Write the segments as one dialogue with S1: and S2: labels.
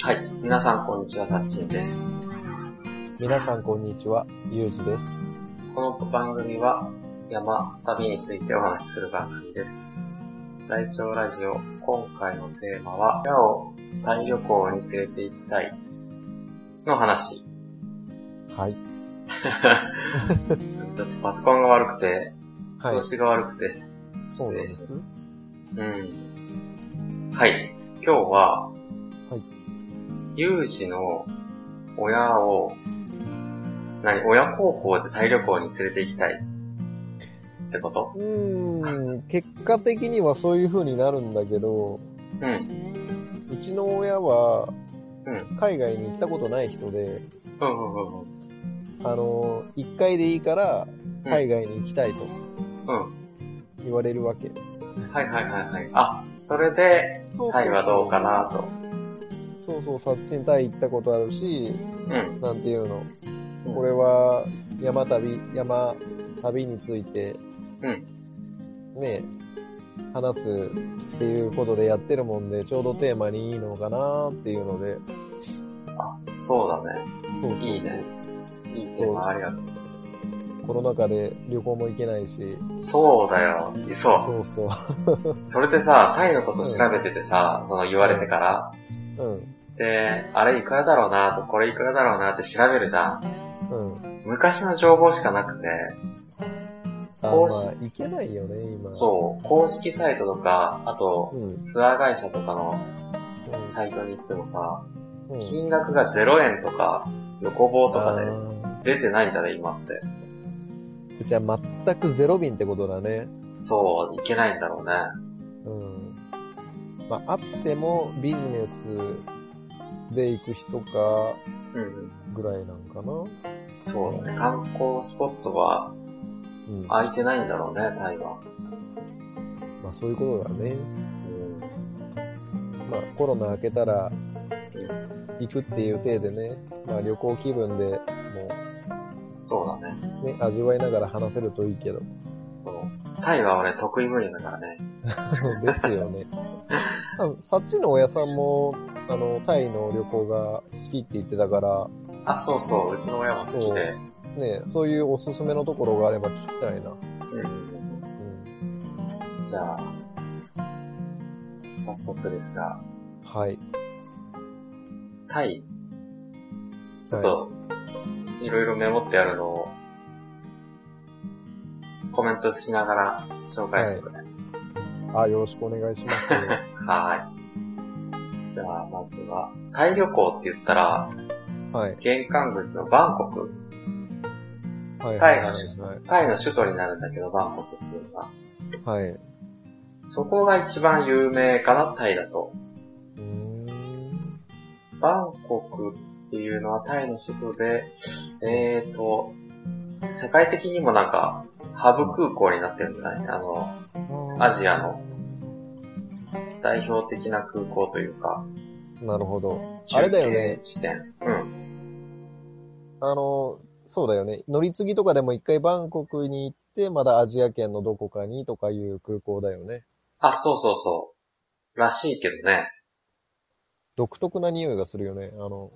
S1: はい。皆さん、こんにちは、さっちんです。
S2: 皆さんこんにちは、ゆうじです。
S1: この番組は、山、旅についてお話しする番組です。大長ラジオ、今回のテーマは、親をタイ旅行に連れて行きたい、の話。
S2: はい。
S1: ちょっとパソコンが悪くて、
S2: は
S1: 調子
S2: い。
S1: が悪くて、
S2: そうなんで
S1: 失礼
S2: す。
S1: しますうん。はい。今日は、
S2: はい。
S1: 有事の親を、何、親孝行でタイ旅行に連れて行きたい。ってこと
S2: うーん、結果的にはそういう風になるんだけど、
S1: うん。
S2: うちの親は
S1: うん、
S2: 海外に行ったことない人で、
S1: うんうんうんうん。
S2: あの、一回でいいから、海外に行きたいと
S1: うん。
S2: 言われるわけ。
S1: はいはいはいはい。あ、それで、
S2: そう
S1: タイはどうかなと。
S2: そうそう、サッチンタイ行ったことあるし、
S1: うん。
S2: なんていうの
S1: うん。
S2: 俺は、山旅、山旅について、
S1: う
S2: ねえ、話すっていうことでやってるもんで、ちょうどテーマにいいのかなっていうので、
S1: そうだね。
S2: そうそう
S1: いいね。いいテーマありがとう。
S2: コロナ禍で旅行も行けないし、
S1: そうだよ。そう。
S2: そうそう、
S1: それでさ、タイのこと調べててさ、その言われてから、
S2: うん、
S1: で、あれいくらだろうなと、これいくらだろうなって調べるじゃん。
S2: うん。
S1: 昔の情報しかなくて、
S2: あ、まあ、
S1: こうし
S2: 行けないよね、今。
S1: そう、公式サイトとか、あと
S2: う、ん。
S1: ツアー会社とかの
S2: う
S1: サイトに行ってもさ、
S2: ん。うん。
S1: 金額が0円とか、横棒とか
S2: あ
S1: で
S2: ー
S1: 出てないんだね、今って。
S2: じゃあ、全くゼロ便ってことだね。
S1: そう、いけないんだろうね。
S2: うん。まあ、あってもビジネスで行く人か、
S1: うんうん。
S2: ぐらいなんかな。
S1: そうだね。観光スポットは
S2: うん。ま
S1: 空いてないんだろうね、タイは。
S2: あ、そういうことだ
S1: う
S2: ね。
S1: ん。
S2: まあ、コロナ明けたら、行くっていう体でね、まあ、旅行気分でも
S1: そうだね。
S2: う、ね、味わいながら話せるといいけど。
S1: そう。タイは俺得意分野だからね。
S2: ですよね。あさっちの親さんも、あの、タイの旅行が好きって言ってたから、
S1: あ、そうそう。うちの親も好きで。
S2: ね、そういうおすすめのところがあれば聞きたいな。
S1: うん。
S2: うん。
S1: じゃあ、早速ですが、
S2: はい。
S1: タイ、ちょっと、いろいろメモってあるのを、コメントしながら紹介してくれ。
S2: はい。あ、よろしくお願い します。
S1: はーい。じゃあ、まずは、タイ旅行って言ったら、
S2: はい。
S1: 玄関口のバンコク。
S2: はい。
S1: タイの
S2: は
S1: タイの首都になるんだけど、バンコクっていうのは。
S2: い。はい。う
S1: そこが一番有名かな、タイだと。
S2: ーん。
S1: バンコクっていうのはタイの首都で、えーと、世界的にもなんか、ハブ空港になってるんじゃないあの、アジアの。代表的な空港というか、
S2: なるほど。あれだよね
S1: 中継地点。うん。
S2: あの、そうだよね。乗り継ぎとかでも一回バンコクに行って、まだアジア圏のどこかにとかいう空港だよね。
S1: あ、そうそうそう。らしいけどね。
S2: 独特な匂いがするよね。あの、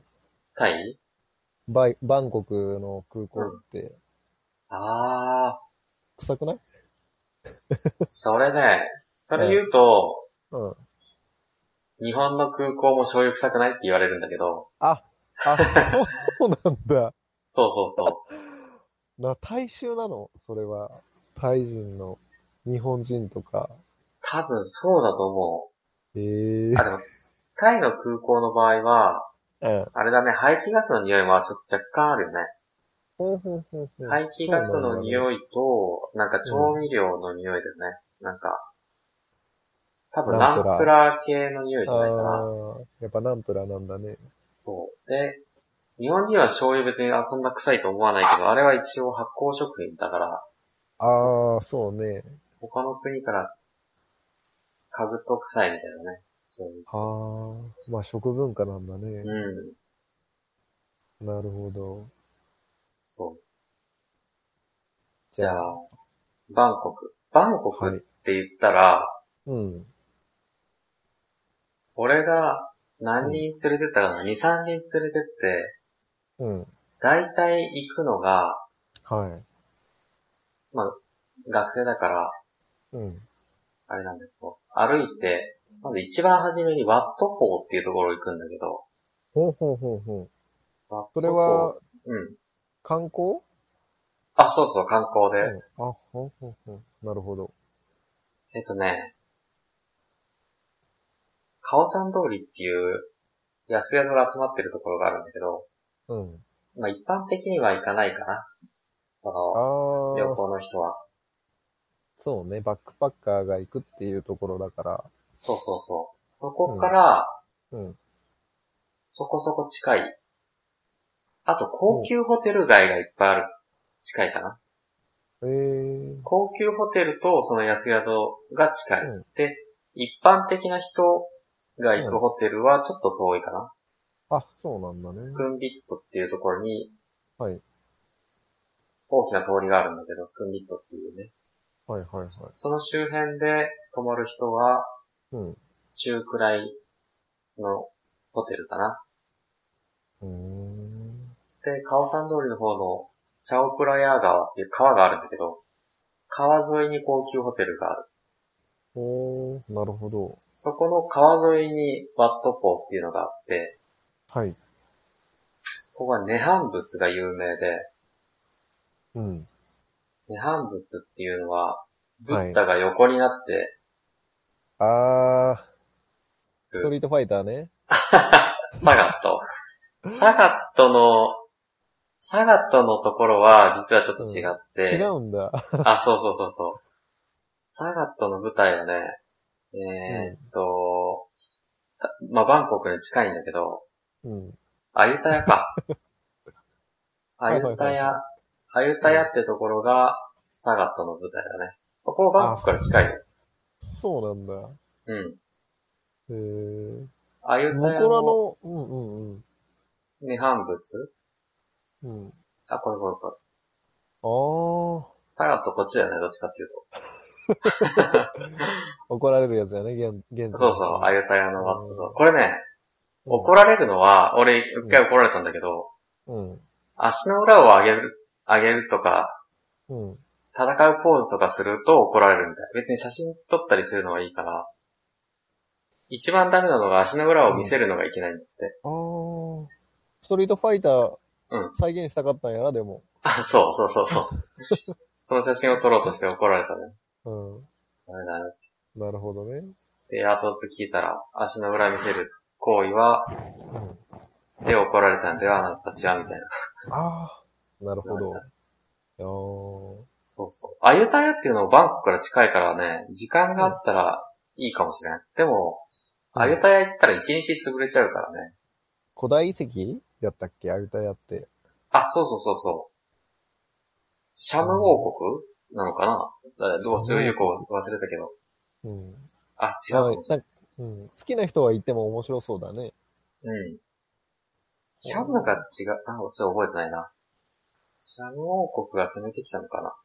S1: タイ
S2: バイバンコクの空港って、
S1: あ
S2: 臭くない
S1: ー、それね。それ言うと、
S2: うん。
S1: 日本の空港も醤油臭くないって言われるんだけど、
S2: あ、 あ、そうなんだ。
S1: そうそうそう。
S2: な、大衆なのそれは。タイ人の、日本人とか。
S1: 多分そうだと思
S2: ええ
S1: う。 あ、でも、タイの空港の場合は、
S2: うん。
S1: あれだね、排気ガスの匂いもちょっと若干あるよね。
S2: ほんほんほんほん
S1: 排気ガスの
S2: い。
S1: 匂いと、なんか調味料の匂いだよね。なんか、多分ナンプラー系の匂いじ
S2: あ
S1: ゃ
S2: あ
S1: ないかな。
S2: ー、やっぱナンプラーなんだね。
S1: そう。で、日本人は醤油別にあそんな臭いと思わないけど、あれは一応発酵食品だから、
S2: ああ、そうね。
S1: 他の国から嗅ぐと臭いみたいなね。そういう
S2: はあ、まあ食文化なんだね。
S1: うん。
S2: なるほど。
S1: そう。
S2: じ
S1: じゃ
S2: ゃあ、
S1: あ、バンコク。バンコク
S2: はい
S1: って言ったら、
S2: うん。
S1: 俺が何人連れてったかな ?2、3人連れてって、
S2: うん。
S1: だいたい行くのが、
S2: はい。
S1: 学生だから、
S2: うん。
S1: あれなんだけど、歩いて、まず一番初めにワット港っていうところ行くんだけど、
S2: ほうほうほうほう。
S1: ワット
S2: それ
S1: 港
S2: は、
S1: うん。
S2: 観光
S1: あ、そうそう、観光で。
S2: うん。あ、ほうほうほう。なるほど。
S1: えっとね、カオさん通りっていう安宿が集まってるところがあるんだけど、
S2: うん。
S1: まあ一般的には行かないかな。そ
S2: あ
S1: の、旅
S2: ー、
S1: 行の人は。
S2: そうね。バックパッカーが行くっていうところだから。
S1: そうそうそう。そこから、
S2: うん。
S1: そこそこ近い。あと、高級ホテル街がいっぱいある。近いかな。
S2: えー。
S1: 高級ホテルとその安宿が近い。
S2: うん
S1: で、一般的な人が行くホテルはちょっと遠いかな。
S2: あ、そうなんだね。
S1: スクンビットっていうところに、
S2: はい。
S1: 大きな通りがあるんだけど、スクンビットっていうね。
S2: はいはいはい。
S1: その周辺で泊まる人は、
S2: うん。
S1: 中くらいのホテルかな。
S2: うーん。
S1: で、カオサン通りの方の、チャオプラヤー川っていう川があるんだけど、川沿いに高級ホテルがある。
S2: おー、なるほど。
S1: そこの川沿いにワットポーっていうのがあって、
S2: はい。
S1: ここは涅槃仏が有名で、
S2: うん。
S1: 涅槃仏っていうのは、ブッダが横になって
S2: あー、
S1: うん
S2: ストリートファイターね。
S1: サガット。サガットの、サガットのところは実はちょっと違って、
S2: 違うんだ。
S1: あ、そうそうそうそう。サガットの舞台はね、えーっと、たまあ、バンコクに近いんだけど、
S2: うん。
S1: アユタヤか。ア
S2: いは
S1: ユ
S2: いはい
S1: タヤ、アユタヤってところがサガットの舞台だね。ここバンコクから近いよ。
S2: そうなんだ。
S1: うん。
S2: へー。
S1: アユタ
S2: 向
S1: ヤの
S2: こうらの、うんうんうん。
S1: 涅槃仏
S2: うん。
S1: あ、これこれこれ。
S2: あー、
S1: サガットこっちだよね、どっちかっていうと。
S2: 怒られるやつやね、現現地。
S1: そうそう、アユタヤのワッ
S2: う
S1: ト。
S2: ん
S1: そうこれね、
S2: うん
S1: 怒られるのは、俺一回怒られたんだけど、
S2: うん。
S1: 足の裏を上げる、上げるとか、
S2: うん。
S1: 戦うポーズとかすると怒られるみたい。別に写真撮ったりするのはいいから、一番ダメなのが足の裏を見せるのがいけないんだって。
S2: あー、ストリートファイター、
S1: うん
S2: 再現したかったんやな、でも。
S1: あ、そうそうそうそう。 その写真を撮ろうとして怒られたね。
S2: うん。
S1: ダメだね。
S2: なるほどね。
S1: で、後々聞いたら、足の裏見せる行為は、
S2: うん。
S1: で怒られたんでは、あなたちは、みたいな。
S2: あー、なるほど。
S1: そうそう。あゆたやっていうのもバンコクから近いからね、時間があったらいいかもしれん。でも、
S2: あー。
S1: あゆたや行ったら一日潰れちゃうからね。
S2: 古代遺跡やったっけアユタヤって。
S1: あ、そうそうそうそう。シャム王国なのかなだどうしようよく忘れたけど。
S2: うん。
S1: あ、違うかもしれない。
S2: なんかうん、好きな人は行っても面白そうだね。
S1: うん。シャムが違う、あ、ちょっと覚えてないな。シャム王国が攻めてきたのかな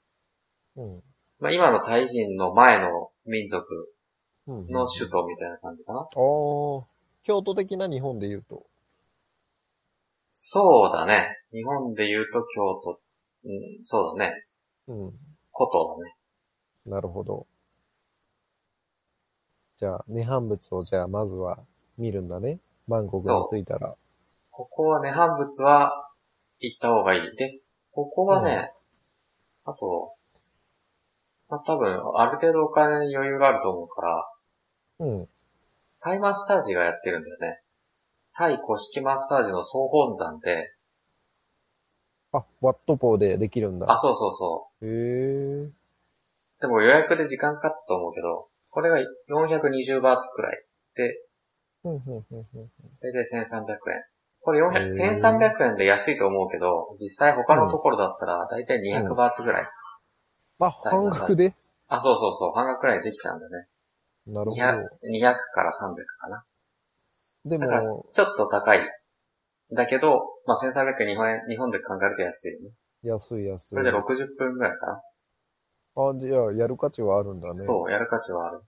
S2: うん。
S1: まあ、今のタイ人の前の民族
S2: うん。
S1: の首都みたいな感じかな。
S2: おー。京都的な日本で言うと。
S1: そうだね。日本で言うと京都。うん、そうだね。
S2: うん。
S1: 古都だね。
S2: なるほど。じゃあ、涅槃仏をじゃあまずは見るんだね。バンコクに着いたら。
S1: ここはね、半仏は行った方がいい。で、ここはね、あと、まあ、多分、ある程度お金に余裕があると思うから、
S2: うん。
S1: タイマッサージがやってるんだよね。タイ古式マッサージの総本山で、
S2: あ、ワットポーでできるんだ。
S1: あ、そうそうそ
S2: へえ。
S1: う。でも予約で時間かかったと思うけど、これが420バーツくらい。
S2: ふんふんふんふん。
S1: 大体1300円。これ400
S2: へー
S1: 1300円で安いと思うけど、実際他のところだったら大体200バーツくらい。
S2: あ、半額で
S1: あ、そうそうそう、半額くらいできちゃうんだよね。
S2: なるほ
S1: 200
S2: ど。
S1: 200から300かな。
S2: で
S1: だから
S2: も、
S1: ちょっと高い。だけど、まあ、1300日本円、日本で考えると安いよね。
S2: 安い安い。
S1: それで60分くらいか
S2: あ、じゃあ、やる価値はあるんだ
S1: な。
S2: ね。
S1: そう、やる価値はある。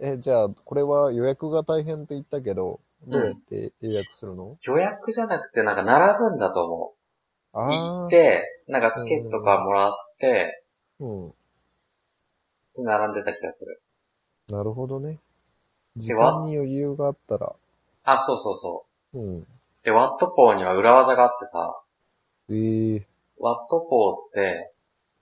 S2: え、じゃあ、これは予約が大変って言ったけど、どうやって予約するの、
S1: 予約じゃなくて、なんか並ぶんだと思う。行
S2: ああ
S1: っ。て、なんかチケットかもらって、
S2: うん。
S1: 並んでた気がする。
S2: なるほどね。時
S1: では
S2: 間に余裕があったら。
S1: あ、そうそうそ
S2: うん。
S1: う。で、ワットポーには裏技があってさ、
S2: ええ
S1: ワットポーって、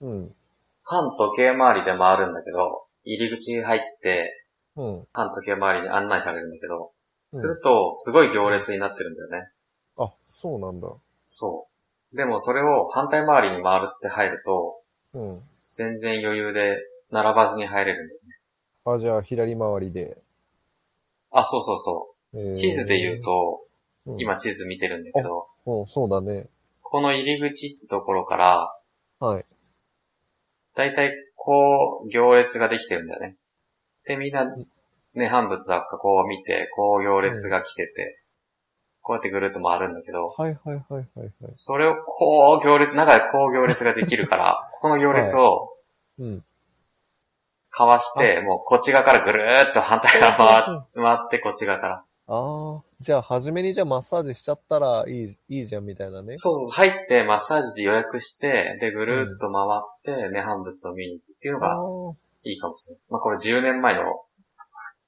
S2: うん。
S1: 半時計回りで回るんだけど、入り口入って、
S2: うん。
S1: 半時計回りに案内されるんだけど、
S2: うん
S1: すると、すごい行列になってるんだよね。
S2: あ、そうなんだ。
S1: そう。でもそれを反対回りに回るって入ると、
S2: うん。
S1: 全然余裕で並ばずに入れるんだよね。
S2: あ、じゃあ、左回りで。
S1: あ、そうそうそ
S2: え
S1: う。
S2: ー
S1: 地図で言う、と、
S2: うん、
S1: 今地図見てるんだけど、
S2: うん、そうだね。
S1: この入り口ってところから、
S2: はい。
S1: だいたいこう行列ができてるんだよね。で、みんな、ね、半仏だかこう見て、こう行列が来てて、こうやってぐるっと回るんだけど、
S2: はいはいはいはいはい。
S1: それをこう行列、中でこう行列ができる から、この行列を
S2: うん。
S1: かわして、もうこっち側からぐるーっと反対 側回回ってこっち側から。
S2: ああ。じゃあ、初めにじゃあマッサージしちゃったらいい、いいじゃんみたいなね。
S1: そうそう、入ってマッサージで予約して、で、ぐるーっと回って、涅槃仏を見に行くっていうのが
S2: あ
S1: いいかもしれない。まあこれ10年前の
S2: ー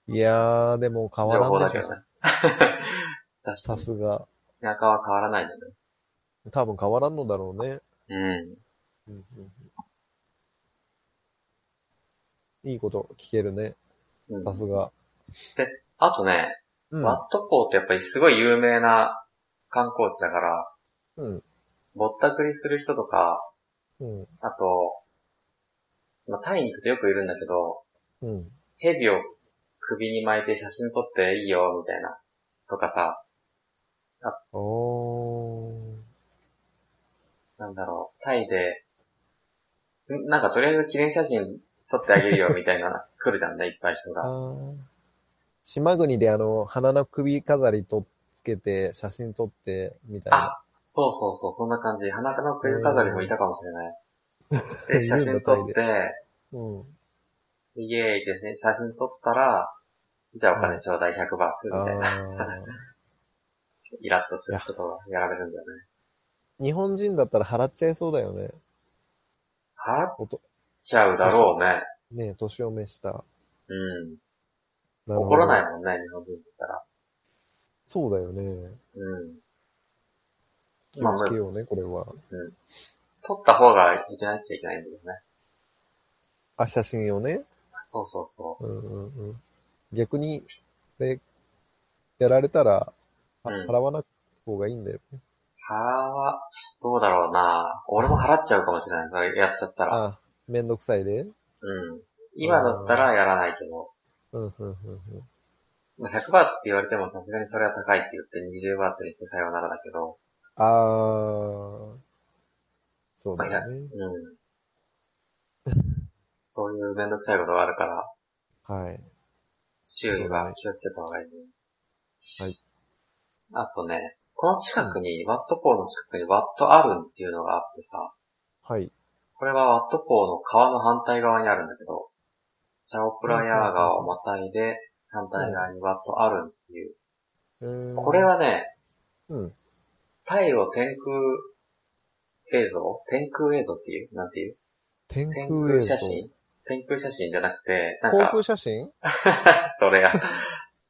S2: いやー、でも変
S1: 情
S2: わ
S1: 報だ
S2: らん
S1: け
S2: でし
S1: ど
S2: ょ
S1: ね。 確か
S2: さ
S1: に。
S2: すが。
S1: 田舎は変わらないんだね。
S2: 多分変わらんのだろうね。
S1: うん。
S2: うんうん、いいこと聞けるね。
S1: うん
S2: さすが。
S1: あとね、
S2: うん。
S1: ワットポーってやっぱりすごい有名な観光地だから、
S2: うん。
S1: ぼったくりする人とか、
S2: うん。
S1: あと、まあタイに行くとよくいるんだけど、
S2: うん。
S1: ヘビを首に巻いて写真撮っていいよ、みたいな。とかさ、
S2: おー。
S1: なんだろう、タイで、んなんかとりあえず記念写真撮ってあげるよ、みたいな、来るじゃんね、いっぱい人
S2: あ
S1: が。
S2: ー島国であの、花の首飾りとつけて、写真撮って、みたいな。
S1: あ、そうそうそう、そんな感じ。花の首飾りもいたかもしれない。
S2: い
S1: で、
S2: るん
S1: 写
S2: だ
S1: 真撮 って、
S2: うん。
S1: イエーイって写真写真撮ったら、じゃあお金ちょうだい100バーツ、み
S2: あ
S1: たいな、
S2: ー
S1: イラッとすることがやられるんだよね。
S2: 日本人だったら払っちゃいそうだよね。
S1: 払
S2: おと
S1: っちゃうだろうね。
S2: ねえ、年を召した。
S1: うん。
S2: なるほど
S1: 怒らないもんね、日本人だったら。
S2: そうだよね。
S1: うん。
S2: 気をつけようね、これは。
S1: 撮った方がいけないっちゃいけないんだよね。
S2: あ、写真をね。
S1: そうそうそ
S2: うんうんうん。逆に、で、やられたら、は
S1: うん
S2: 払わなく方がいいんだよ
S1: う。
S2: ね。
S1: 払わ、どうだろうな俺も払っちゃうかもしれない。それやっちゃったら。
S2: あ、めんどくさいで。
S1: うん。今だったらやらないけど、
S2: うん、うん、うん。うん
S1: まあ100バーツって言われてもさすがにそれは高いって言って20バーツにしてさようならだけど、
S2: あー。そうだよね。
S1: うん。 そういうめんどくさいことがあるから、
S2: はい。
S1: 周囲
S2: そうだ
S1: は
S2: ね
S1: 気をつけた方がいいね。
S2: はい。
S1: あとね、この近くに、ワットポーの近くにワットアルンっていうのがあってさ、
S2: はい。
S1: これはワット港の川の反対側にあるんだけど、チャオプラヤー川をまたいで、反対側にワットアルンっていう。こ
S2: こ
S1: れ、はね、
S2: うん。
S1: タイを天空映像天空映像っていうなんていう
S2: 天
S1: 天
S2: 空映
S1: 空
S2: 像。
S1: 写真天空写真じゃなくて、なん
S2: 航
S1: か、
S2: 空写真
S1: それや、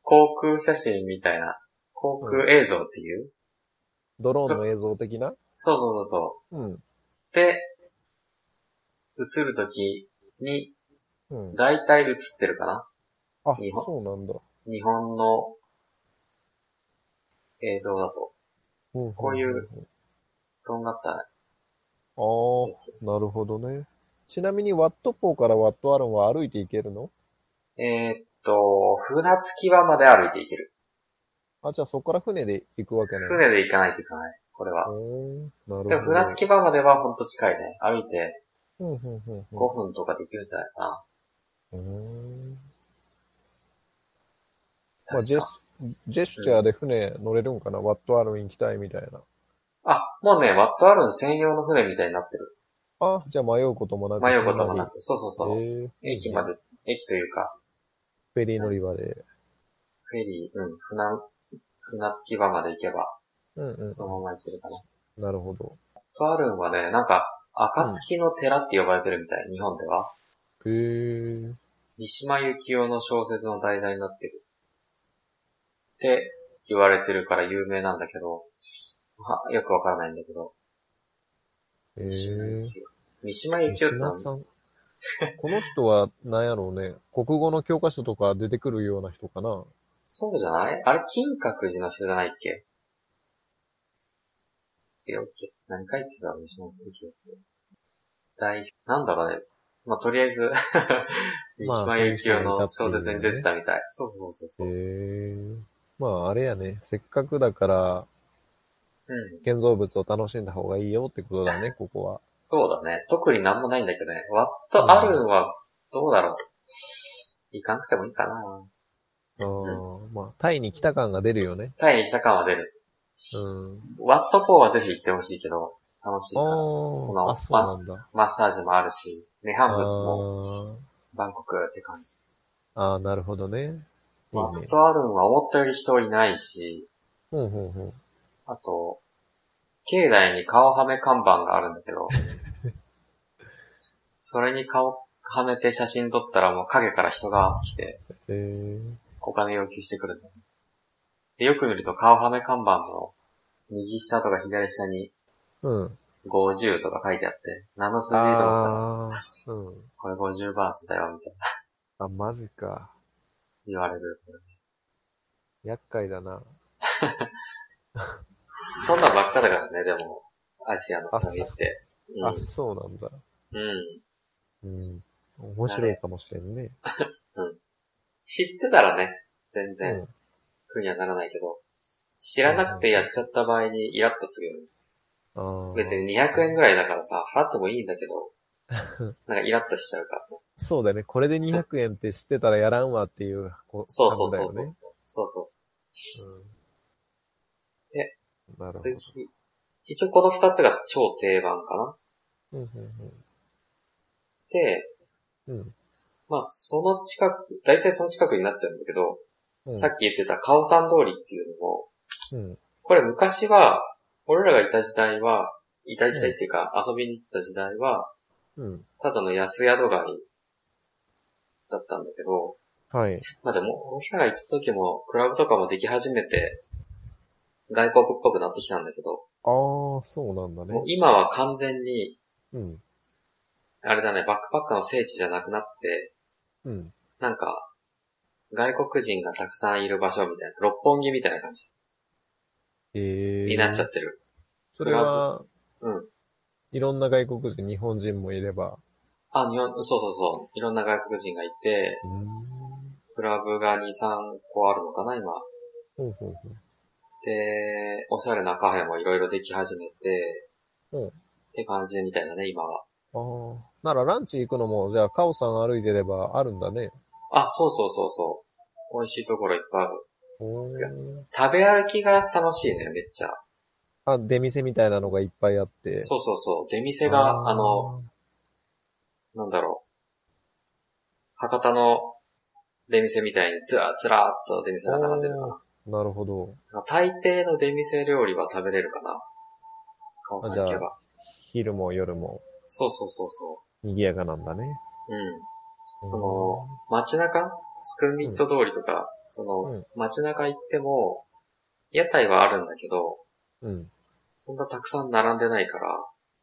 S1: 航空写真みたいな、航空映像っていう、
S2: ドローンの映像的な
S1: そうそうそうそ
S2: うん。
S1: う。で、映るときに、
S2: うん。
S1: だいたい映ってるかな
S2: あ、
S1: 日本
S2: そうなんだ。
S1: 日本の映像だと、こういうとんがった
S2: ああ
S1: やつ。
S2: ー、なるほどね。ちなみに、ワットポーからワットアルンは歩いていけるの
S1: えーっと、船着き場まで歩いていける。
S2: あ、じゃあそこから船で行くわけなの
S1: 船で行かないといけない。これは。
S2: おーなるほど。
S1: でも船着き場まではほんと近いね。歩いて
S2: うんうんうんうん
S1: 5分とかできるんじゃないかな。
S2: うーん。まあ、
S1: 確
S2: ジェ
S1: か
S2: ス、ジェスチャーで船乗れるんかな、ワットアルン行きたいみたいな。
S1: あ、もうね、ワットアルン専用の船みたいになってる。
S2: あ、じゃあ迷うこともなく。
S1: 迷うこともなく。そうそう
S2: そん
S1: そ
S2: な
S1: う。
S2: に。ええ
S1: 駅まで、駅というか、
S2: フェリー乗り場で。
S1: フェリー、うん、船、船着き場まで行けば、
S2: うんう
S1: そのまま行けるかな。ワッ
S2: ん。なるほど。
S1: トアルンはね、なんか、暁の寺って呼ばれてるみたい、日本では。
S2: へえ。
S1: 三島由紀夫の小説の題材になってる。って言われてるから有名なんだけど、はよくわからないんだけど。
S2: え
S1: 三島由
S2: え。
S1: 紀夫三島由紀夫っての
S2: 品
S1: は
S2: さん。この人は何やろうね。国語の教科書とか出てくるような人かな。
S1: そうじゃないあれ、金閣寺の人じゃないっけ違うっけ何書いてたの三島由紀夫って。大、なんだろうね。まあ、とりあえず、 三
S2: まあ
S1: 島由紀夫の
S2: そう
S1: 小
S2: いう人
S1: 説
S2: がいたっていうね
S1: に出てたみたい。そうそうそう
S2: へ
S1: そう。
S2: え。まああれやね。せっかくだから、
S1: うん。
S2: 建造物を楽しんだ方がいいよってこ とだね、ここは。
S1: そうだね。特になんもないんだけどね。ワットアルンは、どうだろう。行かなくてもいいかな
S2: うん。まあ、タイに来た感が出るよね。
S1: タイに来た感は出る。
S2: うん。
S1: ワット4はぜひ行ってほしいけど、楽しいから。
S2: ああ、あ、そうなんだ。
S1: マッサージもあるし、涅槃仏も
S2: あ
S1: バンコクって感じ。
S2: あー、なるほどね。い
S1: ワ
S2: い
S1: ッ
S2: ね。
S1: トアルンは思ったより人いないし、
S2: うん、うん、うん。
S1: あと、境内に顔はめ看板があるんだけ ど、それに顔はめて写真撮ったらもう影から人が来て、
S2: えー、
S1: お金要求してくるんだよねで。よく見ると顔はめ看板の右下とか左下に
S2: うん。
S1: 50とか書いてあって、7数字とか
S2: ああ、うん。
S1: これ50バーツだよみたいな
S2: あ、マジか。
S1: 言われる。
S2: 厄介だな。
S1: そんなんばっかだからね、でも、アジアの旅って。うん
S2: あ、そうなんだ。
S1: うん
S2: うん。面白いかもしれんね。
S1: 知ってたらね、全
S2: う
S1: 然
S2: ん。
S1: 苦にはならないけど、知らなくてやっちゃった場合にイラッとするよね。
S2: あー
S1: 別に200円ぐらいだからさ、払ってもいいんだけ ど、なんかイラッとしちゃうからね。
S2: そうだよね。これで200円って知ってたらやらんわっていうこ
S1: そう
S2: 感
S1: そう
S2: じだ
S1: そう
S2: よ
S1: そう。
S2: ね。
S1: そうそうそ
S2: うん。
S1: え
S2: な
S1: う。
S2: るほど
S1: 次。。一応この2つが超定番かな。
S2: うん、
S1: で、
S2: うん、うん
S1: まあその近く、だいたいその近くになっちゃうんだけど、
S2: うん。
S1: さっき言ってたカオさん通りっていうのも、
S2: うん。
S1: これ昔は、俺らがいた時代は、いた時代っていうか、遊びに行ってた時代は、
S2: うん。
S1: ただの安宿街だったんだけど、
S2: はい。
S1: まあでも、俺らが行った時も、クラブとかもでき始めて、外国っぽくなってきたんだけど、
S2: ああ、そうなんだね
S1: もう。今は完全に、
S2: うん。
S1: あれだね、バックパッカーの聖地じゃなくなって、
S2: うん。
S1: なんか、外国人がたくさんいる場所みたいな、六本木みたいな感じ
S2: ええ
S1: になっちゃってる。
S2: それは、
S1: うん。
S2: いろんな外国人、日本人もいれば。
S1: あ、日本、そうそうそう、いろんな外国人がいて、
S2: うん。
S1: クラブが2、3個あるのかな、今。
S2: ほうほう
S1: で、おしゃれなカフェもいろいろでき始めて、
S2: うん
S1: って感じみたいなね、今は。
S2: ほう。ああ。ならランチ行くのも、じゃあ、カオさん歩いてればあるんだね。
S1: あ、そうそうそうそう。美味しいところいっぱいある。
S2: おー
S1: 食べ歩きが楽しいね、めっちゃ。
S2: あ、出店みたいなのがいっぱいあって。
S1: そうそうそう。出店が、あの、、なんだろう。博多の出店みたいに、ずらずらーっと出店が並んでるか
S2: なるほど。
S1: な。大抵の出店料理は食べれるかな。顔さん行け
S2: あじ
S1: ば。
S2: 昼も夜も、
S1: そうそうそうそ
S2: 賑やかなんだね。
S1: う。うん。
S2: そ
S1: その、街中スクンビット通りとか、その、
S2: うん
S1: 街中行っても、屋台はあるんだけど、
S2: うん。
S1: そんなたくさん並んでないから、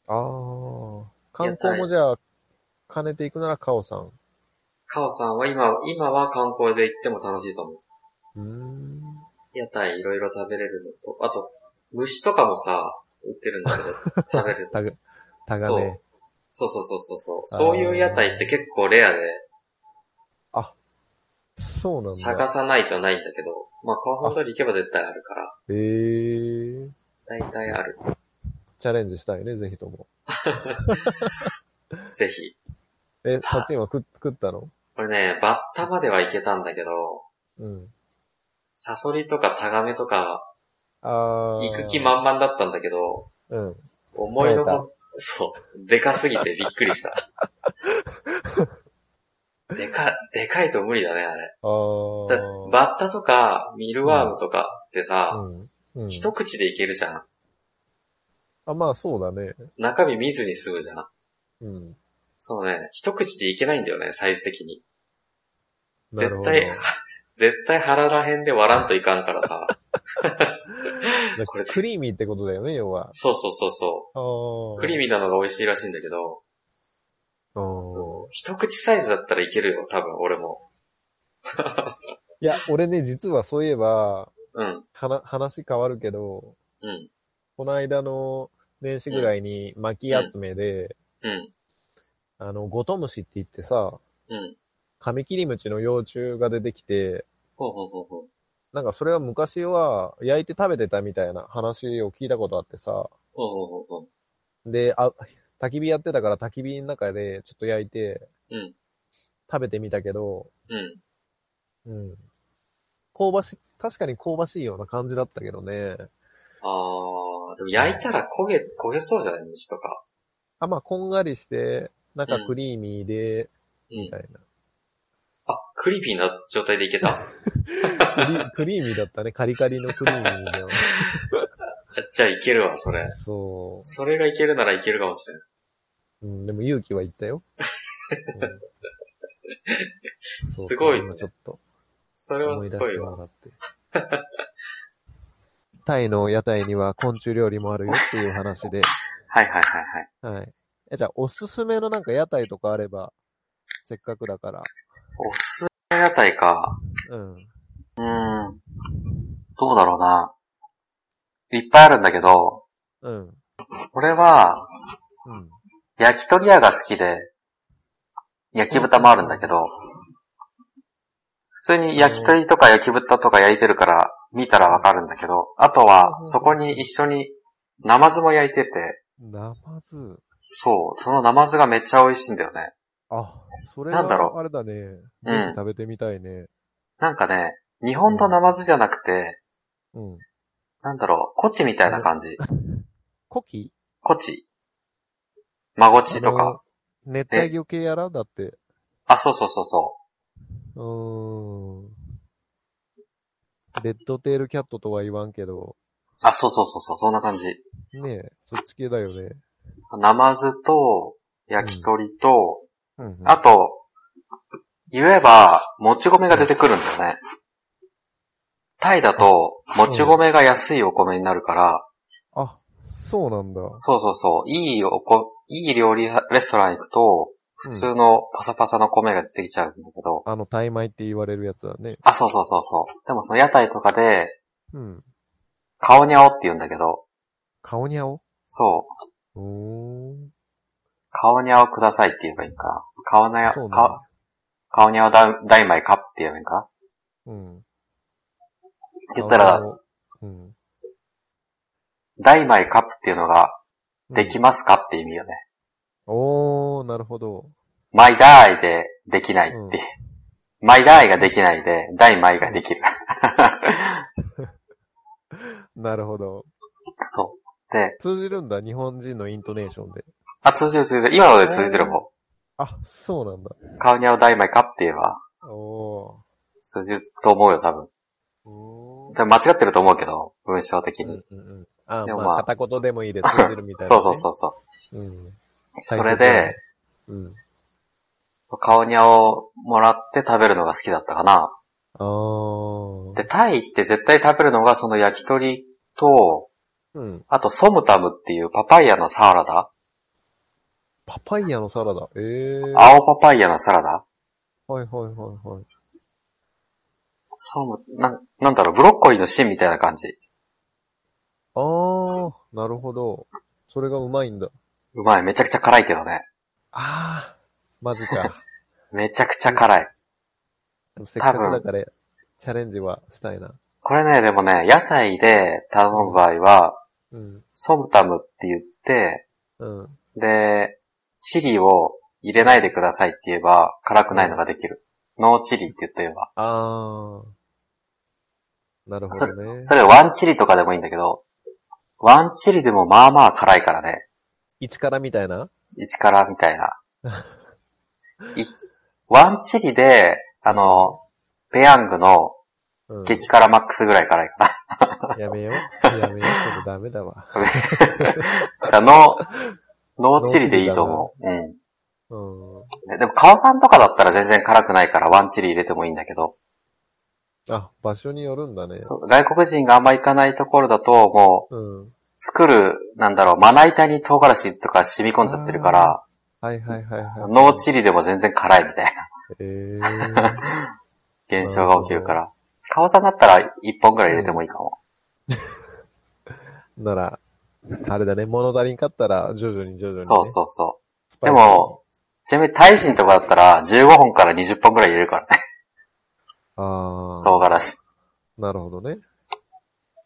S2: ああ。観光もじゃあ、兼ねていくならカオさん。
S1: カオさんは今、今は観光で行っても楽しいと思う。
S2: うん。
S1: 屋台いろいろ食べれるのと、あと、虫とかもさ、売ってるんだけど、 食べれる。
S2: たが、たが
S1: そう
S2: ね。。
S1: そうそうそうそうそう。
S2: あー
S1: そういう屋台って結構レアで、
S2: そうなんだ。
S1: 探さないとないんだけど、まあ、カオさん通り行けば絶対あるから、
S2: ええー。
S1: 大体ある。
S2: チャレンジしたいね、ぜひとも。
S1: ぜひ。
S2: え、サチンは食食ったの
S1: これね、バッタまでは行けたんだけど、
S2: うん。
S1: サソリとかタガメとか、
S2: あー
S1: 行く気満々だったんだけど、
S2: うん。
S1: 思いの
S2: 耐え
S1: ほ、そう、でかすぎてびっくり した。でか、でかいと無理だね、あれ。
S2: あ
S1: だ
S2: ー。
S1: バッタとか、ミルワームとかってさ、
S2: うん。うん、
S1: 一口でいけるじゃん。
S2: あ、まあそうだね。
S1: 中身見ずに済むじゃん。
S2: うん。
S1: そうね、一口でいけないんだよね、サイズ的に。
S2: なる
S1: 絶
S2: ほど。
S1: 対、絶対腹ら辺で割らんといかんから さ。
S2: だ
S1: これ
S2: クリーミーってことだよね、要は。
S1: そうそうそうそ
S2: あ
S1: う。
S2: ー
S1: クリーミーなのが美味しいらしいんだけど、
S2: うん
S1: そう。一口サイズだったらいけるよ、多分、俺も。
S2: いや、俺ね、実はそういえば、
S1: うん、
S2: はな、話変わるけど、
S1: うん、
S2: この間の年始ぐらいに巻き集めで、
S1: うん、
S2: あの、ゴトムシって言ってさ、
S1: うん。
S2: カミキリムチの幼虫が出てきて、
S1: ほうほうほうほう。
S2: なんかそれは昔は焼いて食べてたみたいな話を聞いたことあってさ、
S1: ほうほうほうほう。
S2: で、あ、焚き火やってたから焚き火の中でちょっと焼いて
S1: うん、
S2: 食べてみたけど、
S1: うん。
S2: うん。香ばし、確かに香ばしいような感じだったけどね。
S1: あー、でも焼いたら焦げ、焦げそうじゃない虫とか。
S2: あ、まあ、こんがりして、中クリーミーで、
S1: うん
S2: みたいな。
S1: あ、クリーピーな状態でいけた。
S2: クリクリーミーだったね。カリカリのクリーミーだよ。
S1: じゃあいけるわ、それ。
S2: そ
S1: それがいけるならいけるかもしれん。
S2: う。うん、でも勇気は言ったよ。うん
S1: すごいね
S2: 今ちょっと
S1: それは
S2: 思い
S1: す
S2: 出
S1: ご
S2: し
S1: い
S2: て
S1: わ
S2: も。らって。タイの屋台には昆虫料理もあるよっていう 話で。
S1: はいはいはいはい。
S2: はい。え、じゃあ、おすすめのなんか屋台とかあれば、せっかくだから。
S1: おすすめ屋台か。
S2: うん。
S1: うーん。どうだろうな。いっぱいあるんだけど、
S2: うん。
S1: 俺は
S2: うん。
S1: 焼き鳥屋が好きで、焼き豚もあるんだけど、普通に焼き鳥とか焼き豚とか焼いてるから見たらわかるんだけど、あとはそこに一緒にナマズも焼いてて、
S2: ナマズ。
S1: そう、そのナマズがめっちゃ美味しいんだよね。
S2: あ、それ
S1: なんだろ
S2: は、あれだね。
S1: うん
S2: ぜひ食べてみたいね。
S1: なんかね、日本のナマズじゃなくて、
S2: うん。
S1: なんだろう、コチみたいな感じ。
S2: コキ
S1: コチ。マゴチとか。。
S2: あの熱帯魚系やらだって。
S1: あ、そうそうそうそう
S2: ーん。レッドテールキャットとは言わんけ
S1: う。
S2: ど、
S1: あ、そうそうそうそう、そんな感じ。
S2: ねえ、そっち系だよね。
S1: ナマズと、焼き鳥と、
S2: うん。
S1: あと、言えば、もち米が出てくるんだよね。タイだと、もち米が安いお米になるから、
S2: あ、そうなんだ。
S1: そうそうそう、いいおこ、いい料理レストラン行くと、普通のパサパサの米が出てきちゃうんだけど、
S2: あの、タイ米って言われるやつだね。
S1: あ、そうそうそうそう。でもその屋台とかで、
S2: うん。
S1: 顔にゃおって言うんだけど、
S2: 顔にゃお
S1: そう、
S2: うーん。
S1: 顔にゃおくださいって言えばいいんかな。顔にゃ
S2: そ
S1: お、
S2: うなん
S1: か
S2: だ
S1: 顔にゃおだ大米カップって言えばいいんかな。
S2: うん。
S1: 言ったら、
S2: 顔にゃお、うん。
S1: 大米カップっていうのが、できますかって意味よね。
S2: おー、なるほど。
S1: マイダーイでできないっていう。マイダーイができないで、大米ができる。
S2: なるほど。
S1: そう。で、
S2: 通じるんだ、日本人のイントネーションで。
S1: あ、通じる通じる。今ので通じてるも
S2: あ、そうなんだ。
S1: ん。顔にゃお大米カップって言えば、
S2: お
S1: 通じると思うよ、多分。
S2: ー。おー
S1: でも間違ってると思うけど、文章的
S2: う
S1: に
S2: ん。うんうん。あ、
S1: でも
S2: ま
S1: まあ
S2: あ、片言でもい いです。通じるみたいな、
S1: そ
S2: ね。
S1: うそうそうそう。
S2: う。うん。
S1: それで、
S2: うん。
S1: 顔にゃをもらって食べるのが好きだったかな。
S2: あー。
S1: で、タイって絶対食べるのがその焼き鳥と、
S2: うん。
S1: あとソムタムっていうパパイヤのサラダ、
S2: パパイヤのサラダ。ええー。はい
S1: 青パパイヤのサラダ、
S2: はいはいはい。
S1: ソム、なん、なんだろう、ブロッコリーの芯みたいな感じ。
S2: あー、なるほど。それがうまいんだ。
S1: うまい。めちゃくちゃ辛いけどね。
S2: あー。マジか。
S1: めちゃくちゃ辛い。
S2: でもせっかくだから、チャレンジはしたいな。
S1: これね、でもね、屋台で頼む場合は、
S2: うん。
S1: ソムタムって言って、
S2: うん。
S1: で、チリを入れないでくださいって言えば、辛くないのができる。ノーチリって言って言えば。
S2: あー。なるほどね。
S1: それワンチリとかでもいいんだけど、ワンチリでもまあまあ辛いからね。
S2: 一からみたいな
S1: 一からみたいな。いワンチリで、あの、ペヤングの
S2: うん。
S1: 激辛マックスぐらい辛いかな。
S2: やめよう。やめよう。ちょっとダメだわ。
S1: だからノー、ノーチリでいいと思う。うん。
S2: うん。
S1: ででも、川さんとかだったら全然辛くないからワンチリ入れてもいいんだけど、
S2: あ、場所によるんだね。
S1: そう外国人があんま行かないところだと、もう、
S2: うん。
S1: 作る、なんだろう、まな板に唐辛子とか染み込んじゃってるから、
S2: はいはいはいはい。
S1: ノーチリでも全然辛いみたい
S2: ええ
S1: な現象が起きるから。川さんだったら一本ぐらい入れてもいいかも。
S2: なら、あれだね、物足りんかったら、徐々に徐々に、ね。
S1: そうそうそうう。で、も、ちなみにタイ人とかだったら15本から20本ぐらい入れるからね、
S2: あ
S1: 唐辛子。
S2: あ、なるほどね。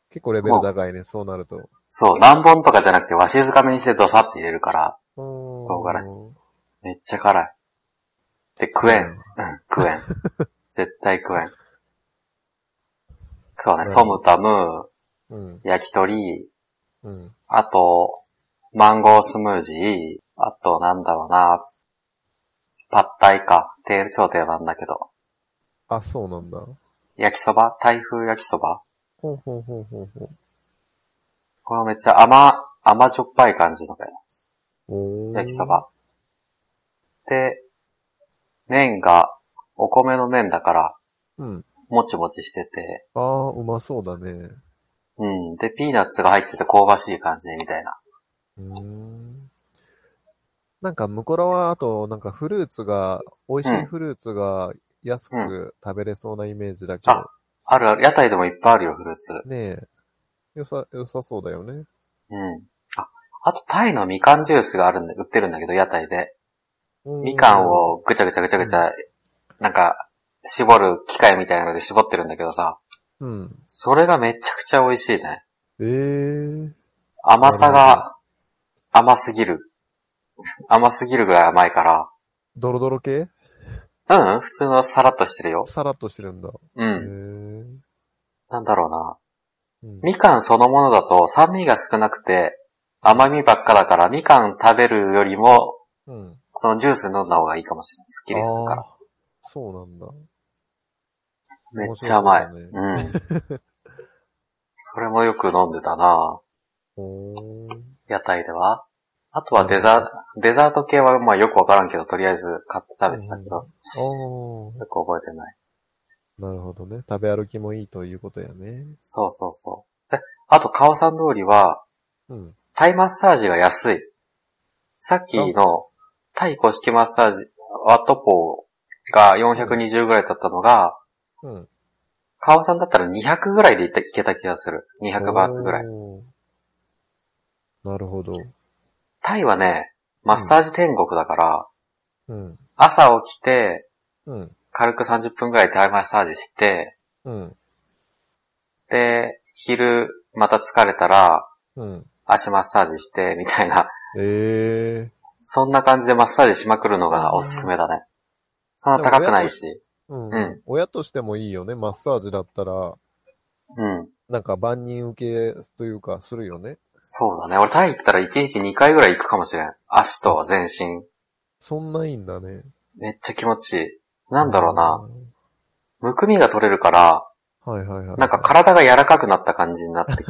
S2: 結構レベル高いね、そうなると。
S1: そう、何本とかじゃなくてわしづかみにしてドサって入れるから、
S2: 唐
S1: 唐辛子。めっちゃ辛い。で、食えん。うん、食え ん。絶対食えん。そうね、
S2: うん
S1: ソムタム、
S2: うん。
S1: 焼き鳥、
S2: うん。
S1: あと、マンゴースムージー、あと、なんだろうな、パッタイか、定超定番だけど、
S2: あ、そうなんだ。
S1: 焼きそば台風焼きそば
S2: ほうほうほうほうほ
S1: これめっちゃ甘、甘じょっぱい感じのね
S2: う。おー
S1: 焼きそ。ば。で、麺が、お米の麺だから、
S2: うん。
S1: もちもちしてて、
S2: ああ、うまそうだね。
S1: うん。で、ピーナッツが入ってて香ばしい感じみたいな。
S2: うーん。なんか、向こうは、あと、なんかフルーツが、美味しいフルーツが安く食べれそうなイメージだけど、
S1: ああるある。屋台でもいっぱいあるよ、フルーツ。
S2: ねえ。よさ、良さそうだよね。
S1: うん。あ、あとタイのみかんジュースがあるんで、売ってるんだけど、屋台で。
S2: う
S1: みかん。をぐちゃぐちゃぐちゃぐちゃ、なんか、絞る機械みたいなので絞ってるんだけどさ、
S2: うん。
S1: それがめちゃくちゃ美味しいね。
S2: ええ
S1: 甘さが、甘すぎる。甘すぎるぐらい甘いか
S2: ドロドロ系
S1: ら、うん、普通のさらっとしてるよ。
S2: さらっとしてるんだ。
S1: う
S2: へえ
S1: ん。なんだろうな。
S2: うん
S1: みかんそのものだと酸味が少なくて、甘みばっかだから、みかん食べるよりも
S2: うん。
S1: そのジュース飲んだ方がいいかもしれない。すっきりするから。
S2: あーそうなんだ。
S1: めっちゃ甘い。
S2: 面白そう
S1: うん。それもよく飲んでたな
S2: おー
S1: 屋台では。あとはデザ、デザート系はまあよくわからんけど、とりあえず買って食べてたけど、
S2: おー
S1: よく覚えてない。
S2: なるほどね。食べ歩きもいいということやね。
S1: そうそうそう。え、あと、川さん通りは、
S2: うん。
S1: タイマッサージが安い。さっきの、タイ公式マッサージ、ワットポーが420ぐらいだったのが、
S2: うん。
S1: 川さんだったら200ぐらいでいったいけた気がする。200バーツぐらい。
S2: おー。なるほど。
S1: タイはね、マッサージ天国だから、
S2: うん。
S1: 朝起きて、
S2: うん。
S1: 軽く30分くらいタイマッサージして、
S2: うん。
S1: で、昼、また疲れたら、
S2: うん。
S1: 足マッサージして、みたいな、
S2: ええ
S1: そんな感じでマッサージしまくるのがおすすめだね。そんな高くないし。
S2: うん。
S1: うん
S2: 親としてもいいよね。マッサージだったら、
S1: うん。
S2: なんか万人受けというか、するよね。
S1: そうだね。俺タイ行ったら1日2回ぐらい行くかもしれん。足と全身。
S2: そんないいんだね。
S1: めっちゃ気持ちいい。なんだろうな。。むくみが取れるから、
S2: はいはいはい。
S1: なんか体が柔らかくなった感じになって、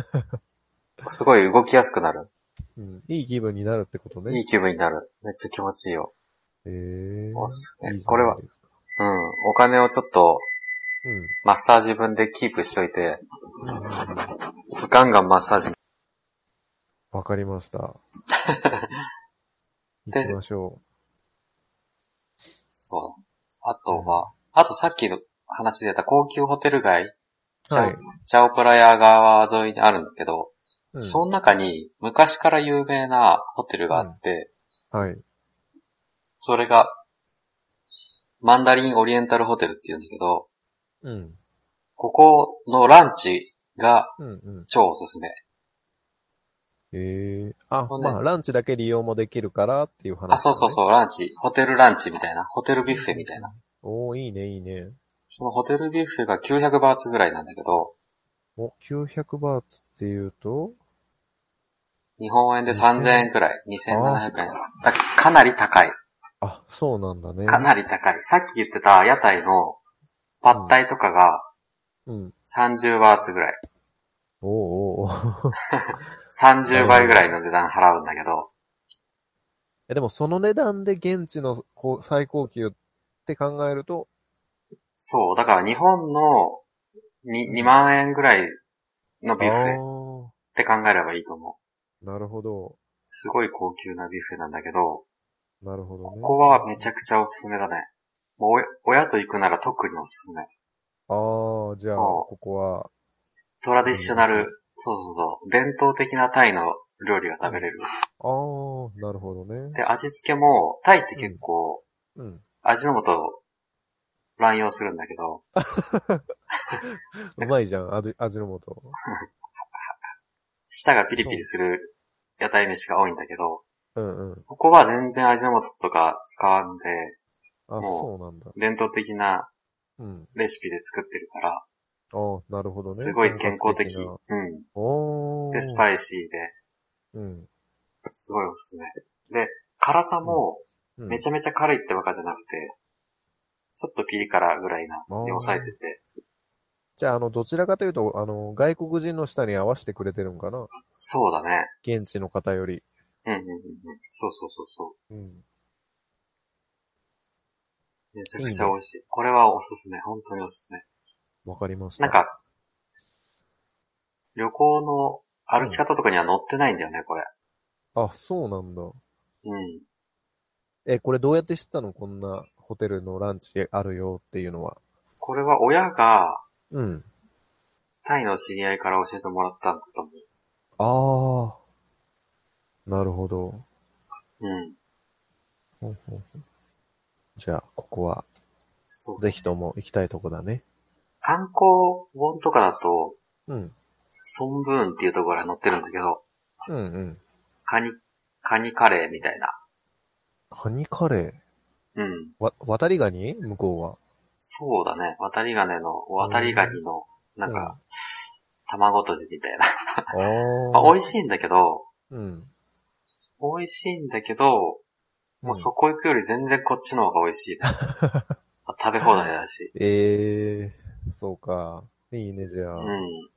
S1: すごい動きやすくなる。
S2: うん、いい気分になるってことね。
S1: いい気分になる。めっちゃ気持ちいいよ。
S2: ええ
S1: おすすめ
S2: いいじゃないですか
S1: これはうん。お金をちょっとマッサージ分でキープしといて、ガンガンマッサージ。
S2: うん。わかりま した。
S1: で
S2: 行きましょ
S1: そう。あとは、あとさっきの話で出た高級ホテル街、
S2: う。
S1: じゃあチャオプラヤ川沿いにあるんだけど、
S2: うん
S1: その中に昔から有名なホテルがあって、
S2: はい。
S1: それが、マンダリンオリエンタルホテルって言うんだけど、
S2: うん。
S1: ここのランチが
S2: うんうん。
S1: 超おすすめ。
S2: ええあ、
S1: そうね
S2: まあ、ランチだけ利用もできるからっていう話、
S1: あ、そうそう
S2: う。
S1: そう、ランチ。ホテルランチみたいな。ホテルビュッフェみたいな。
S2: おー、いいね、いいね。
S1: そのホテルビュッフェが900バーツぐらいなんだけど、
S2: お、900バーツっていうと、
S1: 日本円で3000円くらい。2700円。だかなり高い。
S2: あ、そうなんだね。
S1: かなり高い。さっき言ってた屋台のパッタイとかが
S2: うん。
S1: 30バーツぐらい。
S2: おうおうおう
S1: 30倍ぐらいの値段払うんだけど、
S2: え、でもその値段で現地のこう最高級って考えると、
S1: そう、だから日本の 2, 2万円ぐらいのビュッフェっ
S2: あ
S1: て考えればいいと思う。
S2: あ、なるほど。
S1: すごい高級なビュッフェなんだけど、
S2: なるほど
S1: こ
S2: ね。
S1: こはめちゃくちゃおすすめだね。もうおや親と行くなら特におすすめ。
S2: ああ、じゃあ、
S1: そう
S2: ここは、
S1: トラディショナル、そうそうそう、伝統的なタイの料理が食べれる。
S2: ああ、なるほどね。
S1: で、味付けも、タイって結構、
S2: うん。
S1: 味の素を乱用するんだけど、
S2: うまいじゃん、味、味の素。
S1: 舌がピリピリする屋台飯が多いんだけど、
S2: うんうん。
S1: ここは全然味の素とか使わんで、
S2: あ、
S1: も
S2: そうなんだ。
S1: 伝統的な
S2: うん。
S1: レシピで作ってるから、
S2: ああ、なるほどね。
S1: すごい健康的。
S2: な
S1: う
S2: お
S1: ん。
S2: ー。
S1: で、スパイシーで、
S2: うん。
S1: すごいおすすめ。で、辛さも、
S2: うん。
S1: めちゃめちゃ軽いってわけじゃなくて、ちょっとピリ辛ぐらいな、
S2: あー
S1: に抑えてて。
S2: じゃあ、あの、どちらかというと、あの、外国人の舌に合わせてくれてるんかな
S1: そうだね。
S2: 現地の方より。
S1: うんうんうんうん。そうそうそうそ
S2: うん。
S1: う。めちゃくちゃ美味しい。これはおすすめ。本当におすすめ。
S2: わかりました。
S1: なん、か、旅行の歩き方とかには載ってないんだよね、これ。
S2: あ、そうなんだ。
S1: うん。
S2: え、これどうやって知ったのこんなホテルのランチあるよっていうのは。
S1: これは親が、
S2: うん。
S1: タイの知り合いから教えてもらったんだと思
S2: ああ。なるほど。
S1: う。うん。
S2: ほうほうほうじゃあ、ここは、
S1: そう。
S2: ぜひとも行きたいとこだね。
S1: 観光本とかだと、
S2: うん。
S1: ソンブーンっていうところが載ってるんだけど、
S2: うんうん。
S1: カニ、カニカレーみたいな。
S2: カニカレー。
S1: うん。
S2: わ、渡りガニ向こうは。
S1: そうだね。渡り金の、渡りガニの、なんか、卵とじみたいな。
S2: ああ。
S1: まあ、美味しいんだけど、
S2: うん。
S1: 美味しいんだけど、もうそこ行くより全然こっちの方が美味し いね、食べ放題だし。
S2: ええー、そうか。いいね、じゃあ。
S1: うん。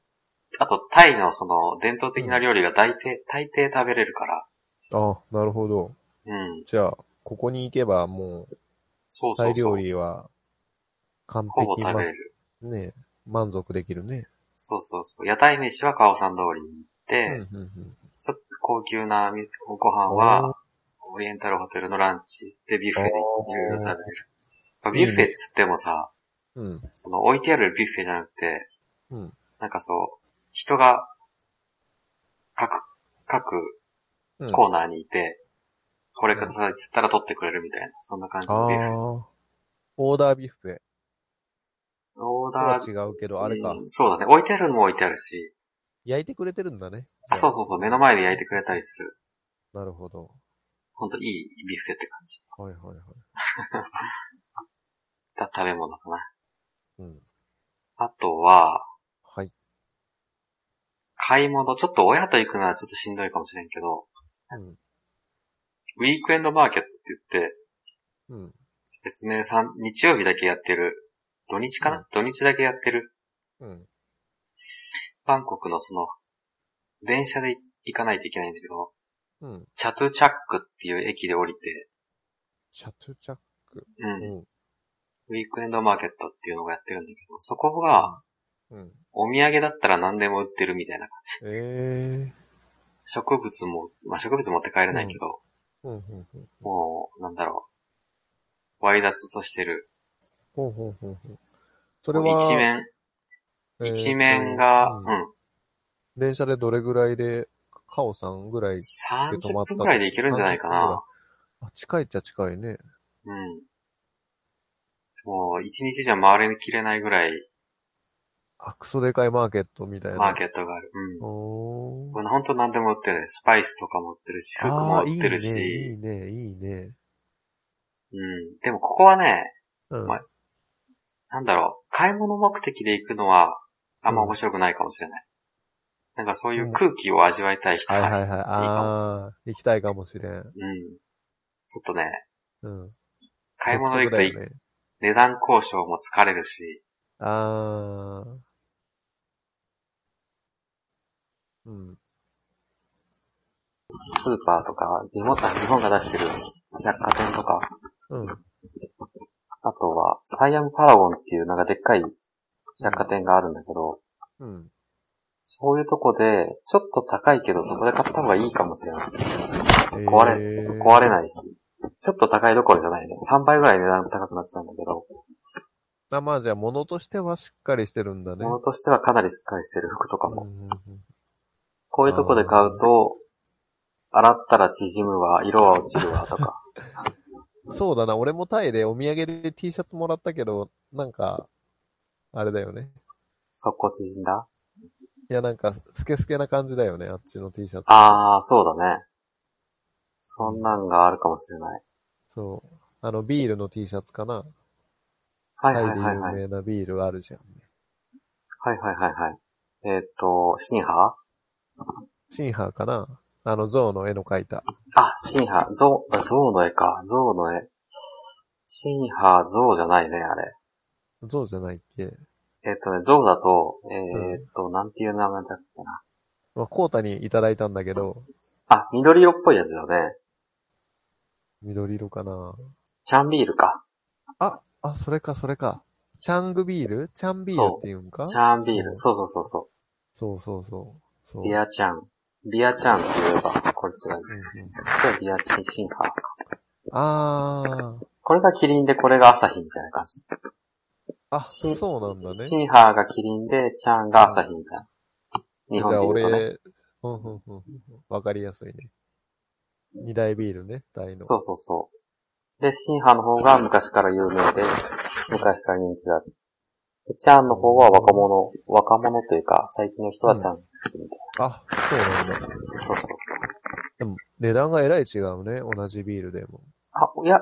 S1: あと、タイのその、伝統的な料理が大抵、大抵食べれるから。
S2: あ、なるほど。
S1: うん。
S2: じゃあ、ここに行けばもう、
S1: そうそ
S2: タ
S1: う
S2: イ
S1: そ
S2: 料
S1: う。
S2: 理は、完
S1: ほぼ
S2: 璧
S1: 食
S2: ま
S1: べれ
S2: す
S1: る。
S2: ね。満足できるね。
S1: そうそうそう。屋台飯はカオさん通りに行って、
S2: うん、うん、うん。
S1: ちょっと高級なご飯は、オリエンタルホテルのランチでビュッフェでいろいろ食べれる。まあビュッフェっつってもさ、
S2: うん。
S1: その置いてあるビュッフェじゃなくて、
S2: うん
S1: なんかそう、人が、各、各
S2: うん。
S1: コーナーにいて、これくださいっつったら取ってくれるみたいな、そんな感じ
S2: あ
S1: のビュッフェ。
S2: あ。オーダービュッフェ。
S1: オー
S2: とは
S1: ダー
S2: 違うけど、あれか
S1: う。んそうだね。置いてあるのも置いてあるし、
S2: 焼いてくれてるんだね。
S1: あ、そうそうそう、目の前で焼いてくれたりする。
S2: なるほど。
S1: ほんといいビュッフェって感じ。
S2: はいはいはい。
S1: だ食べ物かな。
S2: うん。
S1: あとは、
S2: はい。
S1: 買い物、ちょっと親と行くのはちょっとしんどいかもしれんけど、
S2: うん。
S1: ウィークエンドマーケットって言って、
S2: うん。
S1: 別名さん、日曜日だけやってる、土日かな、
S2: うん
S1: 土日だけやってる、
S2: うん。
S1: バンコクのその、電車で行かないといけないんだけど、
S2: うん。
S1: チャトゥチャックっていう駅で降りて、
S2: チャトゥチャック。
S1: う、
S2: うんん。
S1: ウィークエンドマーケットっていうのがやってるんだけど、そこが、
S2: うん。
S1: お土産だったら何でも売ってるみたいな感じ。
S2: ええ
S1: 植物も、まあ、植物持って帰れないけど、
S2: ー。うんうんうん。
S1: もう、なんだろう。わい雑としてる。
S2: ほうほうほうほう。それは、
S1: 一面、
S2: えーと
S1: 一面が、う
S2: うん
S1: ん、
S2: 電車でどれぐらいで、カオさんぐらい、止ま
S1: 30
S2: った
S1: 分くらいで行けるんじゃないかな。
S2: あ、近いっちゃ近いね。
S1: うん。もう、一日じゃ回れきれないぐらい
S2: あ、クソでかいマーケットみたいな。
S1: マーケットがある。うん。
S2: お
S1: こ
S2: ー。
S1: れ本当何でも売ってるね。スパイスとかも売ってるし、服も
S2: あー
S1: 売
S2: いい
S1: って
S2: ね、
S1: るし。
S2: いいね、いいね。
S1: うん。でもここはね、
S2: うん。
S1: まあなんだろう。買い物目的で行くのは、あんま面白くないかもしれない。なんかそういう空気を味わいたい人
S2: はいはい
S1: は、
S2: はいい。ああ、行きたいかもしれん。
S1: うん。ちょっとね、
S2: うん。
S1: 買い物行くと
S2: 独特だよね
S1: 値段交渉も疲れるし、
S2: ああ。うん。
S1: スーパーとか、日本あ日本が出してる百貨店とか、
S2: うん。
S1: あとは、サイアムパラゴンっていうなんかでっかい百貨店があるんだけど、
S2: うん。
S1: そういうとこで、ちょっと高いけど、そこで買った方がいいかもしれない。壊れ、壊れ
S2: い。
S1: ないし。ちょっと高いどころじゃないね。3倍ぐらい値段高くなっちゃうんだけど、
S2: あまあじゃあ、物としてはしっかりしてるんだね。
S1: 物としてはかなりしっかりしてる服とか
S2: うんう
S1: も。
S2: ん
S1: こういうとこで買うと、洗ったら縮むわ、色は落ちるわ、と か。
S2: うんそうだな、俺もタイでお土産で T シャツもらったけど、なんか、あれだよね。
S1: 速攻縮んだ
S2: いや、なんか、スケスケな感じだよね、あっちの T シャツ。
S1: あー、そうだね。そんなんがあるかもしれない。
S2: そう。あの、ビールの T シャツかな。
S1: はい
S2: タイ
S1: は
S2: で
S1: いはいはい。
S2: 有名なビールあるじゃん。
S1: はいはいはいはい。えーっと、シンハ
S2: シンハーかなあの、象の絵の描いた。
S1: あ、シンハ、ゾウ、あゾウの絵か、ゾウの絵。シンハ、ゾウじゃないね、あれ。
S2: 象じゃないっけ
S1: えーっとね、ゾウだと、えーっと、なんていう名前だっけな。
S2: まあ、コータにいただいたんだけど、
S1: あ、緑色っぽいやつだね。
S2: 緑色かな
S1: チャンビールか。
S2: あ、あ、それか、それか。チャングビールチャンビールって言うんか
S1: チャンビール。そうそうそうそ。
S2: そうそうそう。そうう
S1: ビアチャン。ビアチャンって言えば、これ違う。
S2: うんうん
S1: これビアチン、シンハか。
S2: あー。
S1: これがキリンで、これがアサヒみたいな感じ。
S2: あ、
S1: し
S2: そうなんだね。
S1: シンハがキリンで、チャンがアサヒみたいな。日
S2: じゃ
S1: 本
S2: あ
S1: で
S2: 俺、
S1: 言うとね。
S2: うんうんうんうん。わかりやすいね。二大ビールね、大の。
S1: そうそうそう。で、シンハの方が昔から有名で、昔から人気がある。でチャンの方は若者、若者というか、最近の人はチャン好きみたい
S2: あ、そうなん
S1: な。そ
S2: だ。
S1: うそうそう。
S2: でも、値段がえらい違うね、同じビールでも。
S1: あ、いや、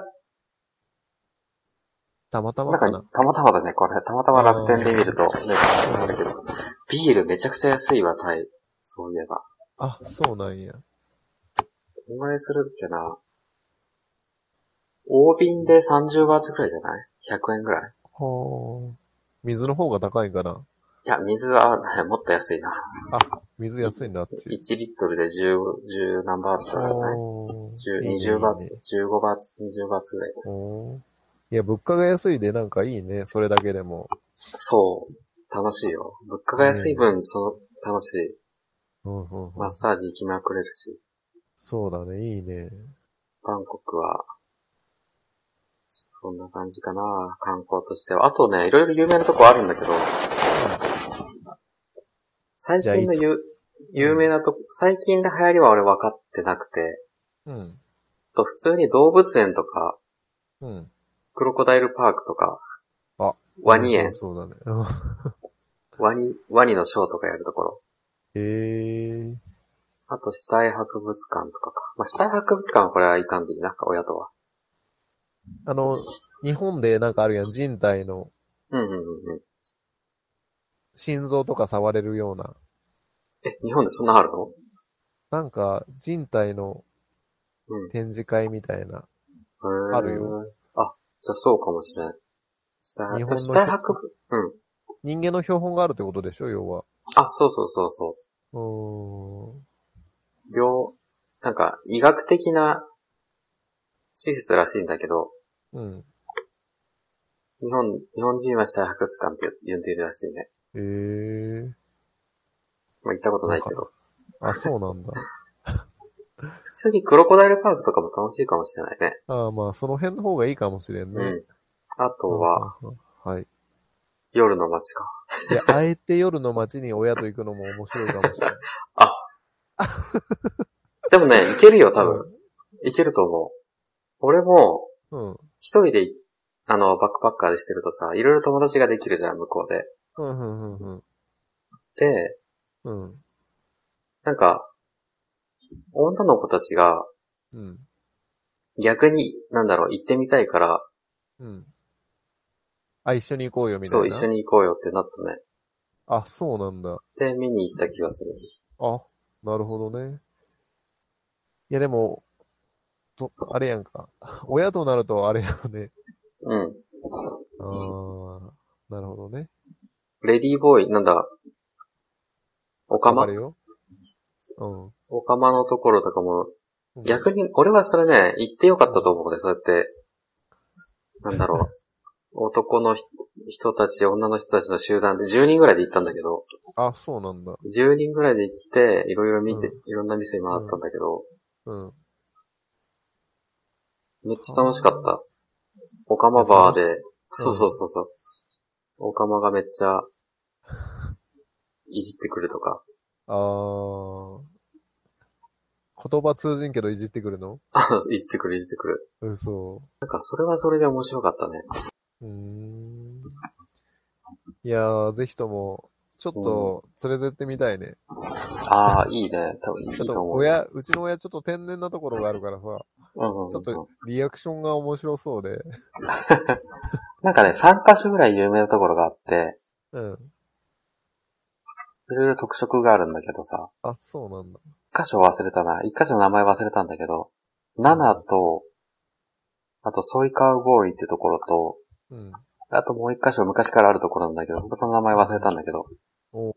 S2: たまたまか
S1: なん
S2: な
S1: か、。たまたまだね、これ。たまたま楽天で見ると、ね、あるけど。ビールめちゃくちゃ安いわ、タイ。そういえば。
S2: あ、そうなんや。
S1: どんぐらいするっけな。大瓶で30バーツくらいじゃない ?100 円くらい。
S2: ほー。水の方が高いんかな。
S1: いや、水は、もっと安いな。
S2: 水安いんだって。
S1: 1リットルで10、10何バーツとかじゃない
S2: お
S1: 10
S2: いいね
S1: 20バー
S2: いい
S1: ツ
S2: ね、
S1: 15バーツ、20バーツぐらい。
S2: おーいや、物価が安いでなんかいいね、それだけでも。
S1: そう。楽しいよ。物価が安い分、その、楽しい。
S2: うんうんうん、
S1: マッサージ行きまくれるし、
S2: そうだね、いいね。
S1: バンコクは、そんな感じかな、観光としては。あとね、いろいろ有名なとこあるんだけど、最近の
S2: じ
S1: 有有名なとこ、最近で流行りは俺分かってなくて、
S2: うん。
S1: と普通に動物園とか、
S2: うん。
S1: クロコダイルパークとか、
S2: あ
S1: ワニ園、
S2: そうそうだね。
S1: ワニ、ワニのショーとかやるところ。
S2: ええー。
S1: あと、死体博物館とかか。まあ、死体博物館はこれはいかんでいいな、親とは。
S2: あの、日本でなんかあるやん、人体の
S1: うんうんうんうん。
S2: 心臓とか触れるような。
S1: え、日本でそんなあるの
S2: なんか、人体の
S1: うん
S2: 展示会みたいな。
S1: へー
S2: あるよ。
S1: あ、じゃあそうかもしれん。死体
S2: 日本の
S1: 死体博物、うん。
S2: 人間の標本があるってことでしょ、要は。
S1: あ、そうそうそうそう
S2: ーん。
S1: う。病、なんか、医学的な施設らしいんだけど、
S2: うん。
S1: 日本、日本人は死体博物館って呼んでいるらしいね。
S2: ええー。
S1: まあ、行ったことないけ
S2: なん
S1: ど。
S2: あ、そうなんだ。
S1: 普通にクロコダイルパークとかも楽しいかもしれないね。
S2: ああ、まあ、その辺の方がいいかもしれん
S1: う
S2: ね。
S1: ん。あとは、
S2: うんうんうん。はい。
S1: 夜の街か。
S2: いや、あえて夜の街に親と行くのも面白いかもしれない。
S1: でもね、行けるよ、多分。いけると思う。俺も、
S2: うん。うん。
S1: 一人で、あの、バックパッカーでしてるとさ、いろいろ友達ができるじゃん、向こうで。
S2: うん、うん、うん、
S1: で、
S2: うん。うん。
S1: なんか、女の子たちが、
S2: うん。
S1: 逆に、なんだろう、行ってみたいから、
S2: うん。あ、一緒に行こうよ、みたい
S1: そ
S2: な。
S1: う、一緒
S2: に。
S1: に行こうよってなったね。
S2: あ、そうなんだ。
S1: で、見に行った気がする。
S2: あ、なるほどね。いや、でも、と、あれやんか。親となるとあれやんね。
S1: うん。
S2: あー、なるほどね。
S1: レディーボーイ、なんだ、オカ
S2: 頑張
S1: マ
S2: るよ。うん。
S1: オカマのところとかも、
S2: うん
S1: 逆に、俺はそれね、言ってよかったと思うね、そうやって。なんだろう。男のひ人たち、女の人たちの集団で10人ぐらいで行ったんだけど、
S2: あ、そうなんだ。
S1: 10人ぐらいで行って、いろいろ見て、
S2: うん
S1: いろんな店回ったんだけど、
S2: うん。
S1: めっちゃ楽しかった。オカマバーで、そううんそうそうそう。オカマがめっちゃ、いじってくるとか。
S2: あー。言葉通じんけどいじってくるの
S1: あいじってくるいじってくる。
S2: 嘘。
S1: なんかそれはそれで面白かったね。
S2: うーん。いやー、ぜひとも、ちょっと連れてってみたいね。
S1: ああ、いいね。多分いい
S2: ちょっ
S1: と
S2: と
S1: 思う。
S2: 親、うちの親ちょっと天然なところがあるからさ、
S1: うんうんうん
S2: ちょっとリアクションが面白そうで。
S1: なんかね、3カ所ぐらい有名なところがあって、
S2: うん。
S1: いろいろ特色があるんだけどさ、
S2: あ、そうなんだ。
S1: 1箇所忘れたな。1箇所名前忘れたんだけど、ナナと、あとソイカウボーイってところと、
S2: うん。
S1: あともう1箇所昔からあるところなんだけど、そこの名前忘れたんだけど、
S2: おうん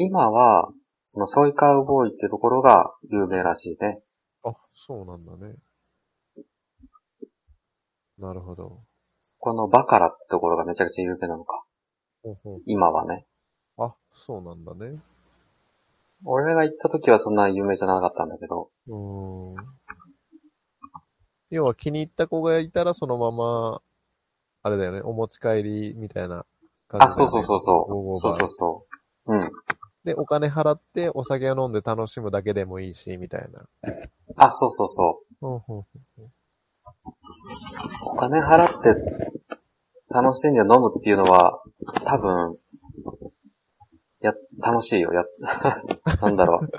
S1: 今は、そのソイカウボーイってところが有名らしいね。
S2: あ、そうなんだね。なるほど。
S1: そこのバカラってところがめちゃくちゃ有名なのか。
S2: ほうほう
S1: 今はね。
S2: あ、そうなんだね。
S1: 俺が行った時はそんな有名じゃなかったんだけど、
S2: うーん。要は気に入った子がいたらそのまま、あれだよね、お持ち帰りみたいな感
S1: あ、
S2: じだ
S1: そ
S2: よ
S1: う
S2: ね
S1: そうそうそう。
S2: 55
S1: そう
S2: 番
S1: そうそう。うん。
S2: で、お金払ってお酒を飲んで楽しむだけでもいいし、みたいな。
S1: あ、そうそうそ
S2: ほうほう
S1: う。お金払って楽しんで飲むっていうのは、多分、や、楽しいよ。や、 なんだろ う。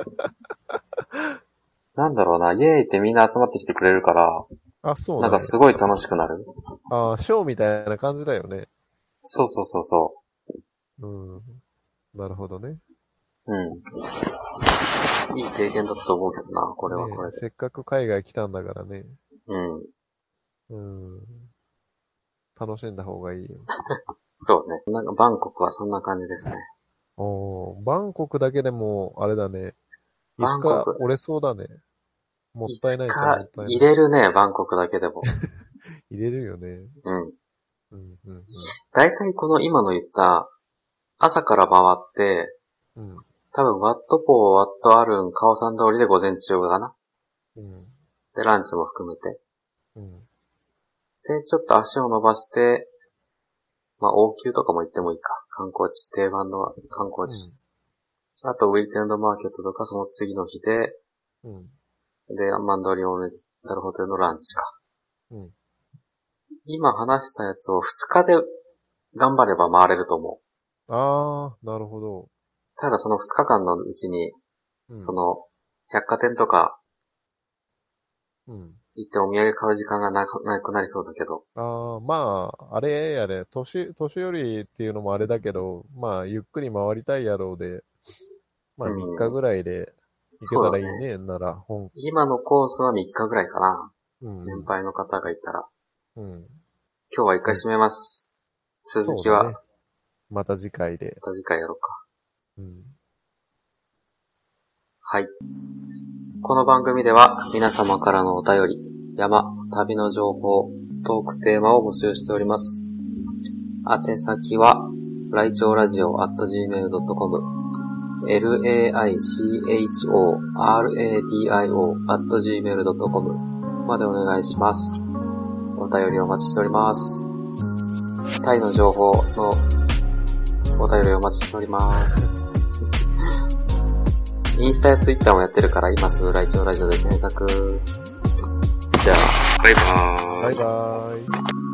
S1: なんだろうな。イエーイってみんな集まってきてくれるから、
S2: あ、そう
S1: な
S2: なんんだ
S1: かすごい楽しくなる。
S2: あーショーみたいな感じだよね。
S1: そうそうそうそ
S2: うん。なるほどね。
S1: う。うん。いい経験だったと思うけどな、これは
S2: ね
S1: これで。
S2: せっかく海外来たんだからね。
S1: うん。
S2: うん。楽しんだ方がいいよ。
S1: そうね。なんかバンコクはそんな感じですね。
S2: おーバンコクだけでも、あれだね。い
S1: バ
S2: つ
S1: ン
S2: か
S1: コク
S2: 折れそうだね。もっ
S1: い
S2: たい
S1: つ
S2: ない
S1: か
S2: もったいない。
S1: 入れるね、バンコクだけ でも。
S2: 入れるよね。
S1: うん。
S2: うん、うん、
S1: 大体この今の言った、朝から回って、
S2: うん。うん
S1: 多分ワットポー、ワットアルン、カオさん通りで午前中かな。
S2: うん、
S1: で、ランチも含めて。
S2: うん。
S1: で、ちょっと足を伸ばして、まあ、王宮とかも行ってもいいか。観光地、定番の観光地。あと、ウィークエンドマーケットとか、その次の日で、
S2: うん、
S1: で、アマンドリオーネダルホテルのランチか。
S2: うん。
S1: 今話したやつを2日で頑張れば回れると思う。
S2: あー、なるほど。
S1: ただその2日間のうちに、
S2: うん、
S1: そ、の、百貨店とか
S2: うん。
S1: 行ってお土産買う時間がなかなくなりそうだけど。
S2: ああ、まあ、あれやれ、年、年寄りっていうのもあれだけど、まあ、ゆっくり回りたいやろうで、まあ、
S1: うん
S2: 3日ぐらいで行けたらいいね、なら、本、
S1: 今のコースは3日ぐらいかな。
S2: うん、
S1: 年配の方がいたら。
S2: うん。
S1: 今日は一回閉めます。続き
S2: そう
S1: は
S2: だね、また次回で。
S1: また次回やろうか。
S2: うん。
S1: はい。この番組では皆様からのお便り、山、旅の情報、トークテーマを募集しております。宛先は、来庁ラジオ at gmail.com、laichoradio at gmail.com までお願いします。お便りお待ちしております。タイの情報のお便りお待ちしており ます。インスタやツイッターもやってるから、今すぐ来庁ラジオで検索。じゃあ、バイバー
S2: バイバーイ。